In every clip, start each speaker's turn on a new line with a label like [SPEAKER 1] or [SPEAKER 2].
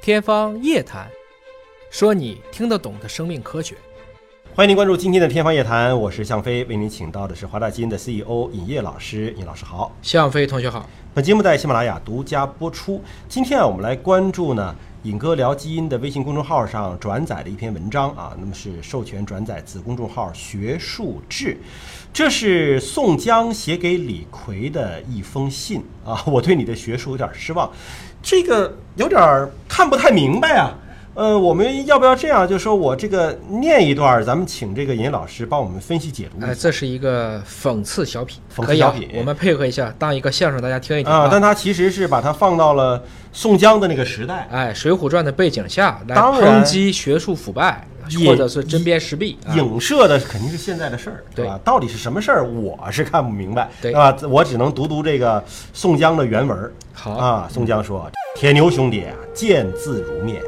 [SPEAKER 1] 天方夜谭，说你听得懂的生命科学。
[SPEAKER 2] 欢迎您关注今天的《天方夜谭》，我是向飞，为您请到的是华大基因的 CEO 尹烨老师。尹老师好，
[SPEAKER 1] 向飞同学好，
[SPEAKER 2] 本节目在喜马拉雅独家播出。今天啊，我们来关注呢，尹哥聊基因的微信公众号上转载的一篇文章啊，那么是授权转载子公众号“学术志”，这是宋江写给李逵的一封信啊。 我对你的学术有点失望，这个有点儿看不太明白啊。呃，我们要不要这样？就说我这个念一段儿，咱们请这个尹老师帮我们分析解读一下
[SPEAKER 1] 哎，这是一个讽刺小品，
[SPEAKER 2] 嗯讽刺
[SPEAKER 1] 可以啊
[SPEAKER 2] 小品
[SPEAKER 1] 我们配合一下，当一个相声大家听一听
[SPEAKER 2] 啊，但他其实是把它放到了宋江的那个时代，
[SPEAKER 1] 哎，《水浒传》的背景下来
[SPEAKER 2] 当然
[SPEAKER 1] 抨击学术腐败，
[SPEAKER 2] 也
[SPEAKER 1] 或者是针砭时弊啊。
[SPEAKER 2] 影射的肯定是现在的事儿，是吧？到底是什么事儿，我是看不明白，
[SPEAKER 1] 对
[SPEAKER 2] 吧？我只能读读这个宋江的原文儿。
[SPEAKER 1] 好
[SPEAKER 2] 啊，宋江说：“铁牛兄弟啊，见字如面。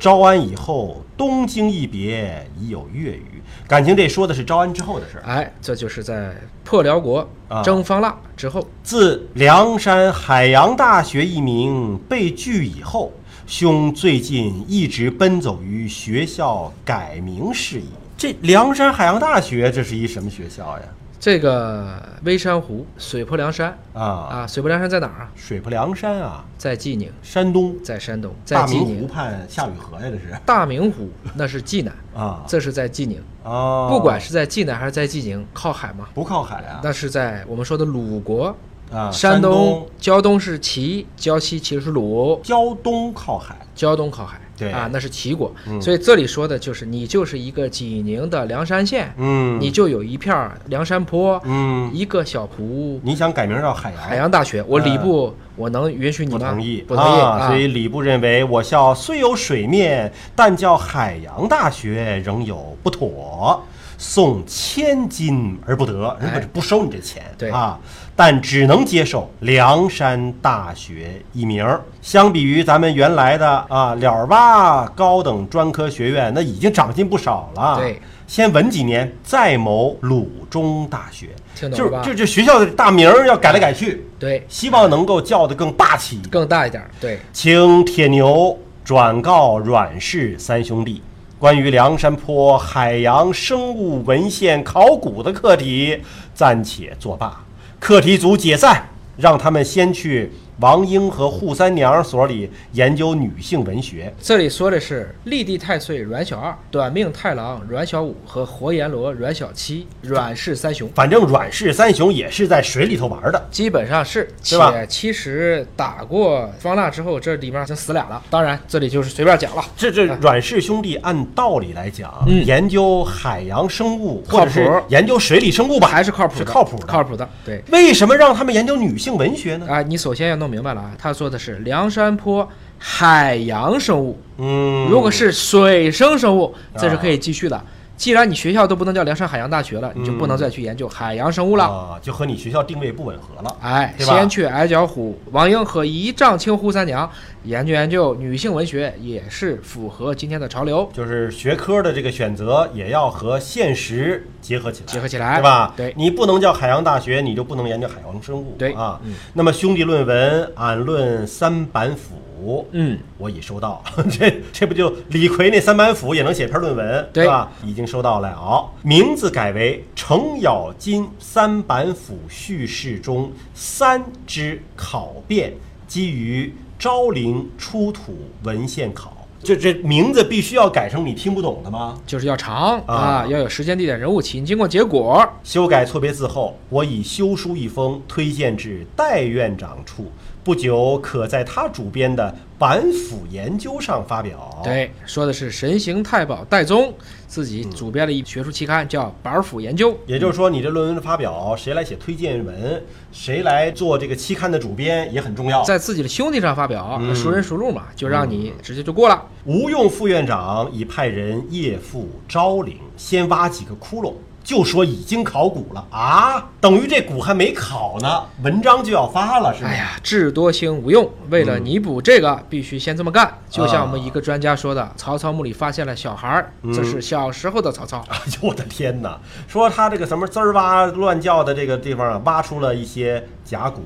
[SPEAKER 2] 招安以后，东京一别已有月余。感情这说的是招安之后的事儿。
[SPEAKER 1] 哎，这就是在破辽国
[SPEAKER 2] 啊
[SPEAKER 1] 征方腊之后，
[SPEAKER 2] 自梁山海洋大学一名被拒以后，兄最近一直奔走于学校改名事宜。这梁山海洋大学，这是一什么学校呀？
[SPEAKER 1] 这个微山湖水泊梁山
[SPEAKER 2] 啊，
[SPEAKER 1] 啊，水泊梁山在哪儿啊？
[SPEAKER 2] 水泊梁山啊，
[SPEAKER 1] 在济宁，
[SPEAKER 2] 山东
[SPEAKER 1] 在山东，在
[SPEAKER 2] 大
[SPEAKER 1] 济
[SPEAKER 2] 明湖
[SPEAKER 1] 宁。
[SPEAKER 2] 畔下雨河呀，这是
[SPEAKER 1] 大明湖那是济南，
[SPEAKER 2] 啊
[SPEAKER 1] 这是在济宁。
[SPEAKER 2] 啊，
[SPEAKER 1] 不管是在济南还是在济宁，靠海嘛，
[SPEAKER 2] 不靠海啊
[SPEAKER 1] 那是在我们说的鲁国。
[SPEAKER 2] 啊，
[SPEAKER 1] 山
[SPEAKER 2] 东、
[SPEAKER 1] 胶东是齐，胶西其实是鲁，
[SPEAKER 2] 胶东靠海，
[SPEAKER 1] 胶东靠海，
[SPEAKER 2] 对
[SPEAKER 1] 啊，那是齐国。
[SPEAKER 2] 嗯
[SPEAKER 1] 所以这里说的就是你就是一个济宁的梁山县，
[SPEAKER 2] 嗯，
[SPEAKER 1] 你就有一片儿梁山坡，
[SPEAKER 2] 嗯，
[SPEAKER 1] 一个小湖，
[SPEAKER 2] 你想改名叫海洋？
[SPEAKER 1] 海洋大学。我礼部，我能允许你
[SPEAKER 2] 哎不
[SPEAKER 1] 吗？
[SPEAKER 2] 同意，
[SPEAKER 1] 不同意
[SPEAKER 2] 啊！所以礼部认为我校虽有水面，但叫海洋大学仍有不妥，送千金而不得，日本是不收你这钱，
[SPEAKER 1] 对
[SPEAKER 2] 啊，但只能接受梁山大学一名儿。相比于咱们原来的啊了儿吧高等专科学院，那已经长进不少了。
[SPEAKER 1] 对。
[SPEAKER 2] 先稳几年，再谋鲁中大学，
[SPEAKER 1] 听懂
[SPEAKER 2] 就
[SPEAKER 1] 了
[SPEAKER 2] 是
[SPEAKER 1] 吧
[SPEAKER 2] 就这学校的大名儿要改来改去，
[SPEAKER 1] 对，
[SPEAKER 2] 希望能够叫得更霸气一点。
[SPEAKER 1] 更大一点儿，对，
[SPEAKER 2] 请铁牛转告阮氏三兄弟，关于梁山坡海洋生物文献考古的课题暂且作罢，课题组解散，让他们先去王英和扈三娘所里研究女性文学。
[SPEAKER 1] 这里说的是立地太岁阮小二、短命太郎阮小五和活阎罗阮小七、阮氏三雄，
[SPEAKER 2] 反正阮氏三雄也是在水里头玩的。
[SPEAKER 1] 基本上是。
[SPEAKER 2] 对吧
[SPEAKER 1] 且其实打过方腊之后，这里面已经死俩了。当然，这里就是随便讲了。
[SPEAKER 2] 这这阮氏兄弟按道理来讲，
[SPEAKER 1] 嗯
[SPEAKER 2] 研究海洋生物
[SPEAKER 1] 靠谱
[SPEAKER 2] 或者是研究水里生物吧，
[SPEAKER 1] 还是靠谱的，
[SPEAKER 2] 是靠谱的。
[SPEAKER 1] 靠谱的。对，
[SPEAKER 2] 为什么让他们研究女性文学呢？
[SPEAKER 1] 啊，你首先要弄明白了啊，他说的是梁山坡海洋生物，
[SPEAKER 2] 嗯，啊
[SPEAKER 1] 如果是水生生物，这是可以继续的。既然你学校都不能叫梁山海洋大学了，你就不能再去研究海洋生物了。
[SPEAKER 2] 啊，就和你学校定位不吻合了。
[SPEAKER 1] 哎，
[SPEAKER 2] 对吧
[SPEAKER 1] 先去矮脚虎、王英和一丈青扈三娘研究研究女性文学，也是符合今天的潮流。
[SPEAKER 2] 就是学科的这个选择也要和现实结合起来，
[SPEAKER 1] 结合起来
[SPEAKER 2] 对吧？
[SPEAKER 1] 对
[SPEAKER 2] 你不能叫海洋大学，你就不能研究海洋生物，
[SPEAKER 1] 对
[SPEAKER 2] 啊。那么兄弟论文、俺论三板斧，
[SPEAKER 1] 嗯，
[SPEAKER 2] 我已收到， 这这不就李逵那三板斧也能写篇论文，
[SPEAKER 1] 对
[SPEAKER 2] 是吧？已经收到了，哦名字改为《程咬金三板斧叙事中三之考辩》，基于昭陵出土文献考。这这名字必须要改成你听不懂的吗？
[SPEAKER 1] 就是要长
[SPEAKER 2] 啊
[SPEAKER 1] 啊，要有时间、地点、人物、起因、经过、结果。
[SPEAKER 2] 修改错别字后，我已修书一封，推荐至戴院长处，不久可在他主编的《板斧研究》上发表。
[SPEAKER 1] 对，说的是神行太保戴宗自己主编了一学术期刊，叫《板斧研究》。
[SPEAKER 2] 也就是说，你这论文的发表，谁来写推荐文，谁来做这个期刊的主编也很重要。
[SPEAKER 1] 在自己的兄弟上发表，
[SPEAKER 2] 嗯
[SPEAKER 1] 孰人孰路嘛，就让你直接就过了。
[SPEAKER 2] 吴用副院长已派人夜赴昭陵，先挖几个窟窿，就说已经考古了啊，等于这古还没考呢，文章就要发了，是吧？
[SPEAKER 1] 哎呀，智多星无用，为
[SPEAKER 2] 嗯
[SPEAKER 1] 了弥补这个，必须先这么
[SPEAKER 2] 啊
[SPEAKER 1] 干。就像我们一个专家说的，曹操墓里发现了小孩儿，
[SPEAKER 2] 嗯
[SPEAKER 1] 这是小时候的曹操。
[SPEAKER 2] 哎呦，我的天哪！说他这个什么滋儿哇乱叫的这个地方啊，挖出了一些甲骨，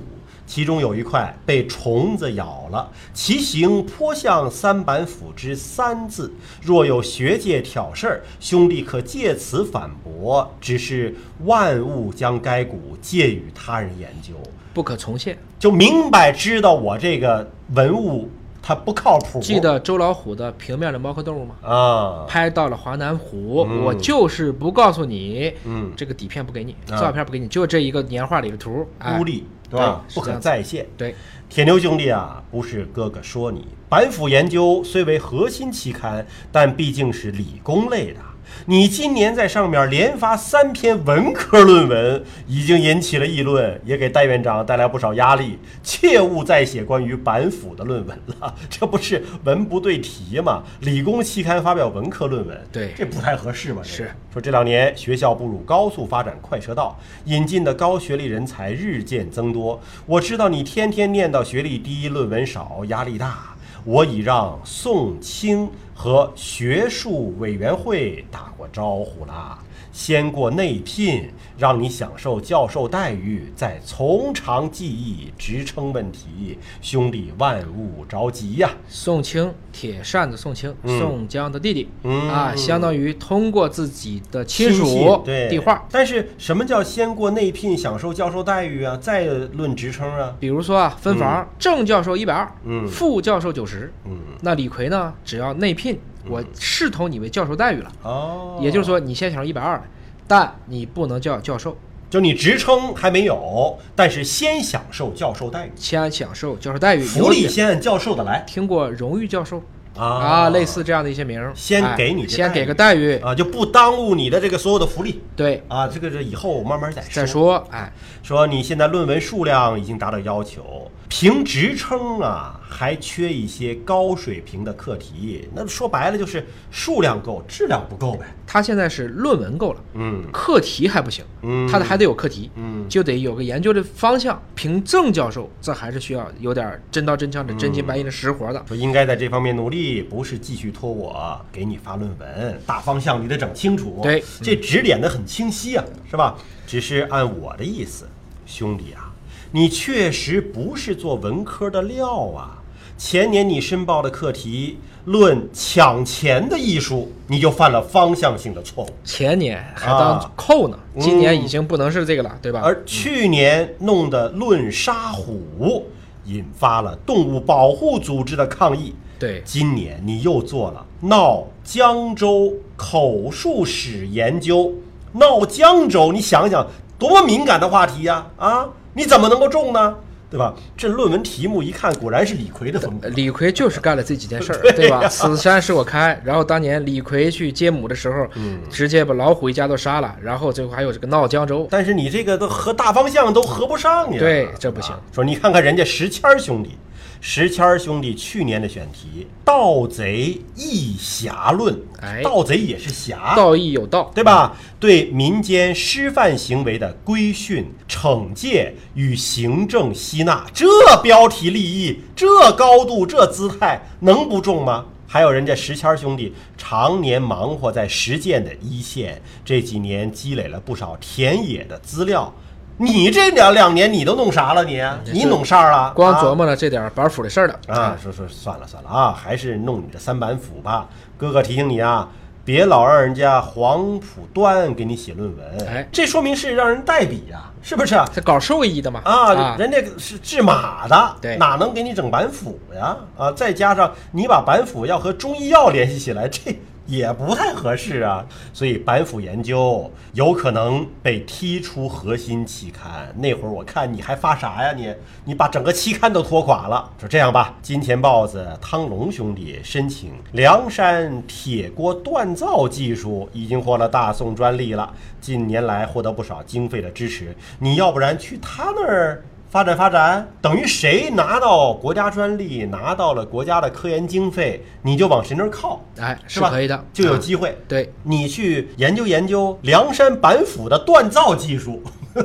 [SPEAKER 2] 其中有一块被虫子咬了，其形颇像三板斧之“三”字。若有学界挑事儿，兄弟可借此反驳。只是万物将该骨借与他人研究，
[SPEAKER 1] 不可重现。
[SPEAKER 2] 就明摆知道我这个文物它不靠谱。
[SPEAKER 1] 记得周老虎的平面的猫科动物吗？
[SPEAKER 2] 啊，
[SPEAKER 1] 拍到了华南虎，
[SPEAKER 2] 嗯
[SPEAKER 1] 我就是不告诉你，
[SPEAKER 2] 嗯
[SPEAKER 1] 这个底片不给你，
[SPEAKER 2] 啊
[SPEAKER 1] 照片不给你，就这一个年画里的图，哎
[SPEAKER 2] 孤，立对吧？
[SPEAKER 1] 对是这
[SPEAKER 2] 不可
[SPEAKER 1] 样子
[SPEAKER 2] 再现。
[SPEAKER 1] 对，
[SPEAKER 2] 铁牛兄弟啊，不是哥哥说你，板斧研究虽为核心期刊，但毕竟是理工类的。你今年在上面连发三篇文科论文，已经引起了议论，也给戴院长带来不少压力。切勿再写关于板斧的论文了， 这不是文不对题吗？理工期刊发表文科论文，
[SPEAKER 1] 对
[SPEAKER 2] 这不太合适嘛？这个
[SPEAKER 1] 是
[SPEAKER 2] 说这两年学校步入高速发展快车道，引进的高学历人才日渐增多。我知道你天天念叨学历低、论文少，压力大。我已让宋清和学术委员会打过招呼啦，先过内聘，让你享受教授待遇，再从长计议，直称问题。兄弟，万勿着急呀、
[SPEAKER 1] 宋清铁扇子宋清，
[SPEAKER 2] 嗯
[SPEAKER 1] 宋江的弟弟
[SPEAKER 2] 嗯
[SPEAKER 1] 啊，相当于通过自己的亲
[SPEAKER 2] 信
[SPEAKER 1] 属
[SPEAKER 2] 对
[SPEAKER 1] 递话。
[SPEAKER 2] 但是什么叫先过内聘享受教授待遇啊，再论职称啊？
[SPEAKER 1] 比如说啊，分房正教授一百二，
[SPEAKER 2] 嗯
[SPEAKER 1] 副教授九十，
[SPEAKER 2] 嗯，
[SPEAKER 1] 那李逵呢，只要内聘，我视同你为教授待遇了，
[SPEAKER 2] 哦，
[SPEAKER 1] 也就是，说你先享受一百二，但你不能叫教授，
[SPEAKER 2] 就你职称还没有，但是先享受教授待遇，
[SPEAKER 1] 先享受教授待遇。
[SPEAKER 2] 福利先按教授的来
[SPEAKER 1] 听过荣誉教授
[SPEAKER 2] 啊
[SPEAKER 1] 啊，类似这样的一些名儿，
[SPEAKER 2] 先
[SPEAKER 1] 哎
[SPEAKER 2] 给你这
[SPEAKER 1] 先
[SPEAKER 2] 待
[SPEAKER 1] 给
[SPEAKER 2] 遇
[SPEAKER 1] 个待遇，
[SPEAKER 2] 啊，就不耽误你的这个所有的福利
[SPEAKER 1] 对，
[SPEAKER 2] 啊。这个是以后慢慢再
[SPEAKER 1] 再说，哎，
[SPEAKER 2] 说你现在论文数量已经达到要求，凭职称啊还缺一些高水平的课题，那说白了就是数量够，质量不够呗。
[SPEAKER 1] 他现在是论文够了，
[SPEAKER 2] 嗯
[SPEAKER 1] 课题还不行，
[SPEAKER 2] 嗯
[SPEAKER 1] 他还得有课题，
[SPEAKER 2] 嗯
[SPEAKER 1] 就得有个研究的方向。凭证教授，这还是需要有点真刀真枪的、真金白银的实活的。
[SPEAKER 2] 说应该在这方面努力，不是继续拖我给你发论文，大方向你得整清楚。
[SPEAKER 1] 对
[SPEAKER 2] 这指点的很清晰啊，是吧？只是按我的意思，兄弟啊，你确实不是做文科的料啊。前年你申报的课题《论抢钱的艺术》，你就犯了方向性的错误。
[SPEAKER 1] 前年还
[SPEAKER 2] 啊
[SPEAKER 1] 当扣呢，
[SPEAKER 2] 嗯
[SPEAKER 1] 今年已经不能是这个了，对吧？
[SPEAKER 2] 而去年弄的《论杀虎》，引发了动物保护组织的抗议。
[SPEAKER 1] 对，
[SPEAKER 2] 今年你又做了闹江州口述史研究，闹江州，你想想多么敏感的话题呀、啊！你怎么能够中呢？对吧？这论文题目一看，果然是李逵的风格。
[SPEAKER 1] 呃李逵就是干了这几件事儿，对吧？此山是我开，然后当年李逵去接母的时候，
[SPEAKER 2] 嗯
[SPEAKER 1] 直接把老虎一家都杀了，然后最后还有这个闹江州，
[SPEAKER 2] 但是你这个都和大方向都合不上呀。
[SPEAKER 1] 对这不行
[SPEAKER 2] 啊说你看看人家石谦儿兄弟，石谦儿兄弟去年的选题《盗贼异侠论》，
[SPEAKER 1] 哎
[SPEAKER 2] 盗贼也是侠，
[SPEAKER 1] 道义有道，
[SPEAKER 2] 啊对吧？对民间失范行为的规训、惩戒与行政吸纳，这标题立意，这高度，这姿态，能不中吗？还有人家石谦儿兄弟常年忙活在实践的一线，这几年积累了不少田野的资料。你这两两年你都弄啥了你？啊你弄啥了？
[SPEAKER 1] 光
[SPEAKER 2] 啊
[SPEAKER 1] 琢磨了这点板斧的事儿了
[SPEAKER 2] 啊，说说算了算了啊，还是弄你的三板斧吧。哥哥提醒你啊，别老让人家黄浦端给你写论文，
[SPEAKER 1] 哎
[SPEAKER 2] 这说明是让人代笔呀、是不是？
[SPEAKER 1] 他搞兽医的嘛
[SPEAKER 2] 啊，人家是制马的，
[SPEAKER 1] 对
[SPEAKER 2] 哪能给你整板斧呀？啊，再加上你把板斧要和中医药联系起来，这 也不太合适啊。所以板斧研究有可能被踢出核心期刊。那会儿我看你还发啥呀你？你把整个期刊都拖垮了。说这样吧，金钱豹子汤龙兄弟申请梁山铁锅锻造技术，已经获了大宋专利了，近年来获得不少经费的支持。你要不然去他那儿？发展发展，等于谁拿到国家专利，拿到了国家的科研经费，你就往谁那儿靠，
[SPEAKER 1] 哎，
[SPEAKER 2] 是
[SPEAKER 1] 是
[SPEAKER 2] 吧？
[SPEAKER 1] 可以的，
[SPEAKER 2] 就有
[SPEAKER 1] 啊
[SPEAKER 2] 机会。
[SPEAKER 1] 对，
[SPEAKER 2] 你去研究研究梁山板斧的锻造技术，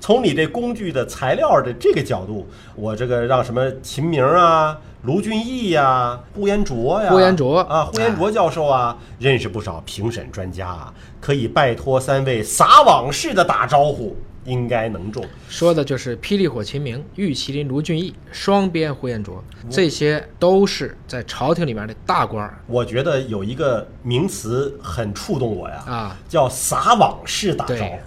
[SPEAKER 2] 从你这工具的材料的这个角度，我这个让什么秦明啊、卢俊义呀、呼延灼呀、
[SPEAKER 1] 呼延灼
[SPEAKER 2] 啊、呼延灼教授啊，认识不少评审专家，可以拜托三位撒网式的打招呼。应该能中。
[SPEAKER 1] 说的就是霹雳火秦明、玉麒麟卢俊义、双边呼延灼，这些都是在朝廷里面的大官儿
[SPEAKER 2] 我觉得有一个名词很触动我呀，
[SPEAKER 1] 啊。
[SPEAKER 2] 叫撒网式打招呼
[SPEAKER 1] 对，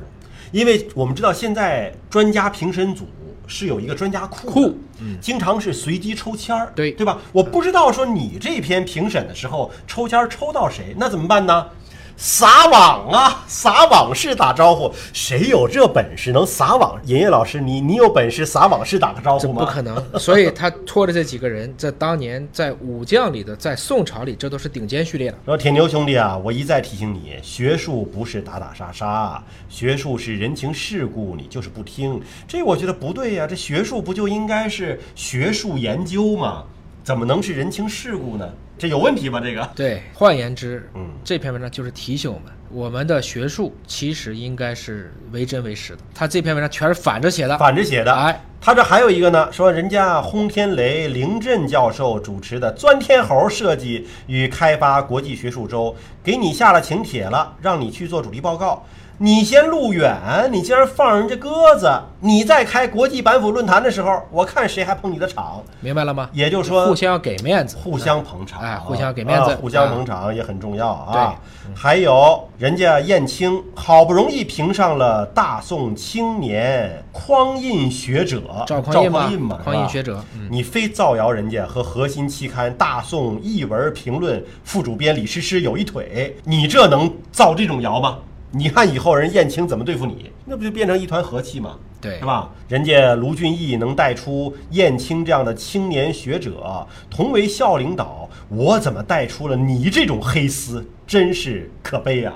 [SPEAKER 2] 因为我们知道现在专家评审组是有一个专家库的，
[SPEAKER 1] 库嗯
[SPEAKER 2] 经常是随机抽签儿，
[SPEAKER 1] 对
[SPEAKER 2] 对吧？我不知道说你这篇评审的时候抽签儿抽到谁，那怎么办呢？撒网啊，撒网式打招呼，谁有这本事能撒网？爷爷老师，你你有本事撒网式打个招
[SPEAKER 1] 这
[SPEAKER 2] 呼
[SPEAKER 1] 不
[SPEAKER 2] 吗
[SPEAKER 1] 可？能，所以他拖着这几个人，这当年在武将里的，在宋朝里，这都是顶尖序列了。
[SPEAKER 2] 说铁牛兄弟啊，我一再提醒你，学术不是打打杀杀，学术是人情世故，你就是不听。这我觉得不对呀、这学术不就应该是学术研究吗？怎么能是人情世故呢？这有问题吧？这个
[SPEAKER 1] 对，换言之，
[SPEAKER 2] 嗯
[SPEAKER 1] 这篇文章就是提醒我们，我们的学术其实应该是为真为实的。他这篇文章全是反着写的，
[SPEAKER 2] 反着写的。
[SPEAKER 1] 哎，
[SPEAKER 2] 他这还有一个呢，说人家轰天雷凌振教授主持的“钻天猴设计与开发国际学术周”，给你下了请帖了，让你去做主题报告。你嫌路远，你竟然放人家鸽子！你在开国际板斧论坛的时候，我看谁还捧你的场。
[SPEAKER 1] 明白了吗？
[SPEAKER 2] 也就是说，
[SPEAKER 1] 互相要给面子，
[SPEAKER 2] 互相捧场，
[SPEAKER 1] 哎互相给面子
[SPEAKER 2] 啊互相捧场也很重要啊
[SPEAKER 1] 啊。
[SPEAKER 2] 还有人家燕青好不容易评上了大宋青年匡胤学者，
[SPEAKER 1] 赵匡
[SPEAKER 2] 匡
[SPEAKER 1] 胤嘛
[SPEAKER 2] 胤嘛，，
[SPEAKER 1] 匡胤学
[SPEAKER 2] 者。
[SPEAKER 1] 者，嗯，
[SPEAKER 2] 你非造谣人家和核心期刊《大宋译文评论》副主编李诗诗有一腿，你这能造这种谣吗？你看以后人燕青怎么对付你，那不就变成一团和气吗？
[SPEAKER 1] 对
[SPEAKER 2] 是吧？人家卢俊义能带出燕青这样的青年学者，同为校领导，我怎么带出了你这种黑丝？真是可悲啊！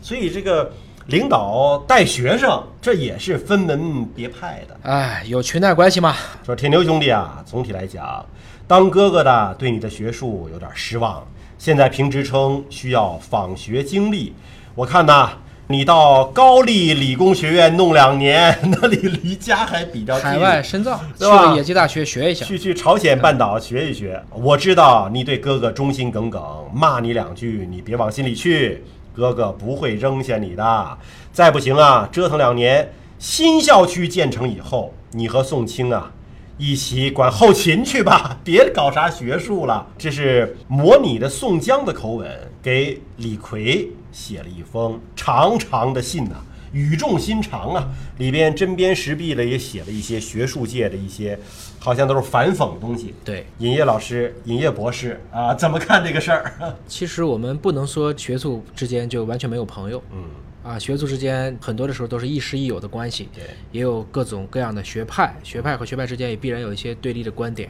[SPEAKER 2] 所以这个领导带学生，这也是分门别派的。
[SPEAKER 1] 哎，有裙带关系吗？
[SPEAKER 2] 说铁牛兄弟啊，总体来讲，当哥哥的对你的学术有点失望，现在评职称需要访学经历。我看呐，你到高丽理工学院弄两年， 那里离家还比较近。
[SPEAKER 1] 海外深造，去
[SPEAKER 2] 对吧
[SPEAKER 1] 了野鸡大学学一下，
[SPEAKER 2] 去去朝鲜半岛学一学。我知道你对哥哥忠心耿耿，骂你两句，你别往心里去，哥哥不会扔下你的。再不行啊，折腾两年，新校区建成以后，你和宋清啊。一起管后勤去吧，别搞啥学术了。这是模拟的宋江的口吻，给李逵写了一封长长的信呐、语重心长啊，里边针砭时弊的也写了一些学术界的一些，好像都是反讽的东西。
[SPEAKER 1] 对。
[SPEAKER 2] 尹烨老师、尹烨博士啊，怎么看这个事儿？
[SPEAKER 1] 其实我们不能说学术之间就完全没有朋友，
[SPEAKER 2] 嗯，
[SPEAKER 1] 啊，学术之间很多的时候都是亦师亦友的关系，
[SPEAKER 2] 对
[SPEAKER 1] 也有各种各样的学派，学派和学派之间也必然有一些对立的观点。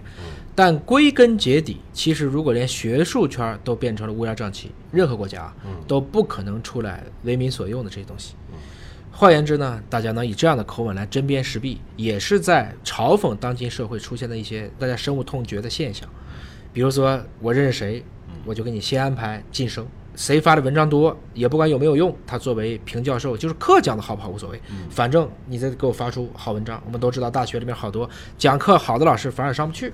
[SPEAKER 1] 但归根结底，其实如果连学术圈儿都变成了乌烟瘴气，任何国家啊都不可能出来为民所用的这些东西。换言之呢，大家能以这样的口吻来针砭时弊，也是在嘲讽当今社会出现的一些大家深恶痛绝的现象。比如说，我认识谁，我就给你先安排晋升。谁发的文章多，也不管有没有用，他作为评教授，就是课讲的好不好无所谓，反正你再给我发出好文章。我们都知道，大学里面好多讲课好的老师反而上不去。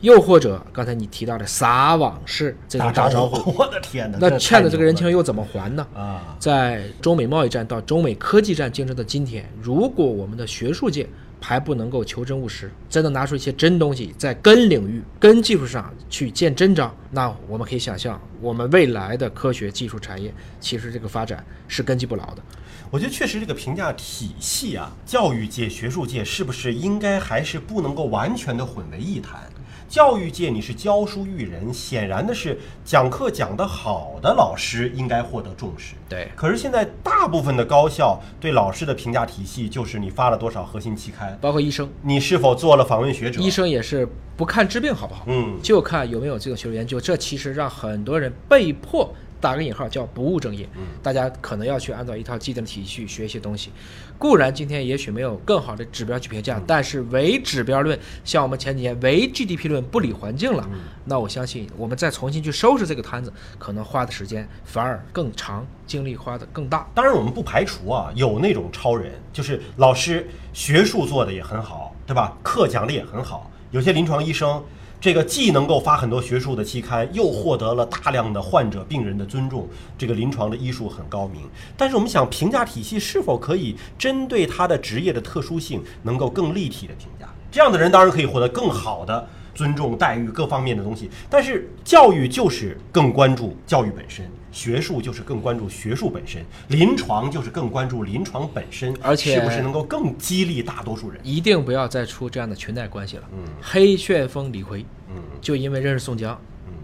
[SPEAKER 1] 又或者刚才你提到的撒网式这种打招呼，
[SPEAKER 2] 呼，我的天哪！
[SPEAKER 1] 那
[SPEAKER 2] 太
[SPEAKER 1] 欠的这个人
[SPEAKER 2] 牛
[SPEAKER 1] 情又怎么还呢？
[SPEAKER 2] 了啊，
[SPEAKER 1] 在中美贸易战到中美科技战竞争的今天，如果我们的学术界还不能够求真务实，真的拿出一些真东西，在根领域、根技术上去见真章，那我们可以想象，我们未来的科学技术产业其实这个发展是根基不牢的。
[SPEAKER 2] 我觉得确实这个评价体系啊，教育界、学术界是不是应该还是不能够完全的混为一谈？教育界你是教书育人，显然的是讲课讲得好的老师应该获得重视。
[SPEAKER 1] 对
[SPEAKER 2] 可是现在大部分的高校对老师的评价体系就是你发了多少核心期刊，
[SPEAKER 1] 包括医生，
[SPEAKER 2] 你是否做了访问学者，
[SPEAKER 1] 医生也是不看治病好不好，
[SPEAKER 2] 嗯
[SPEAKER 1] 就看有没有这种学术研究。这其实让很多人被迫打个引号叫不务正业。大家可能要去按照一套既定体系去学一些东西。固然今天也许没有更好的指标去评价，但是唯指标论，像我们前几年唯 GDP 论不理环境了，那我相信我们再重新去收拾这个摊子，可能花的时间反而更长，精力花的更大。
[SPEAKER 2] 当然，我们不排除啊，有那种超人，就是老师学术做的也很好，对吧？课讲的也很好。有些临床医生，这个既能够发很多学术的期刊，又获得了大量的患者、病人的尊重，这个临床的医术很高明。但是我们想，评价体系是否可以针对他的职业的特殊性，能够更立体的评价？这样的人当然可以获得更好的尊重、待遇各方面的东西。但是教育就是更关注教育本身，学术就是更关注学术本身，临床就是更关注临床本身，
[SPEAKER 1] 而且
[SPEAKER 2] 是不是能够更激励大多数人？
[SPEAKER 1] 一定不要再出这样的裙带关系了。黑旋风李逵，
[SPEAKER 2] 嗯，
[SPEAKER 1] 就因为认识宋江，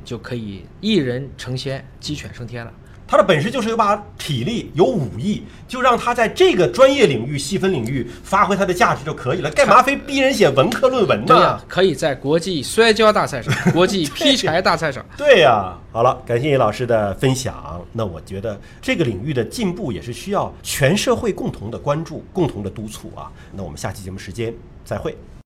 [SPEAKER 1] 就可以一人成仙，鸡犬升天了。
[SPEAKER 2] 他的本事就是有把体力、有武艺，就让他在这个专业领域、细分领域发挥他的价值就可以了。
[SPEAKER 1] 啊
[SPEAKER 2] 干嘛非逼人写文科论文
[SPEAKER 1] 这
[SPEAKER 2] 呢
[SPEAKER 1] 样？可以在国际摔跤大赛上、国际劈柴大赛上，
[SPEAKER 2] 对呀、好了，感谢叶老师的分享。那我觉得这个领域的进步也是需要全社会共同的关注、共同的督促啊。那我们下期节目时间再会。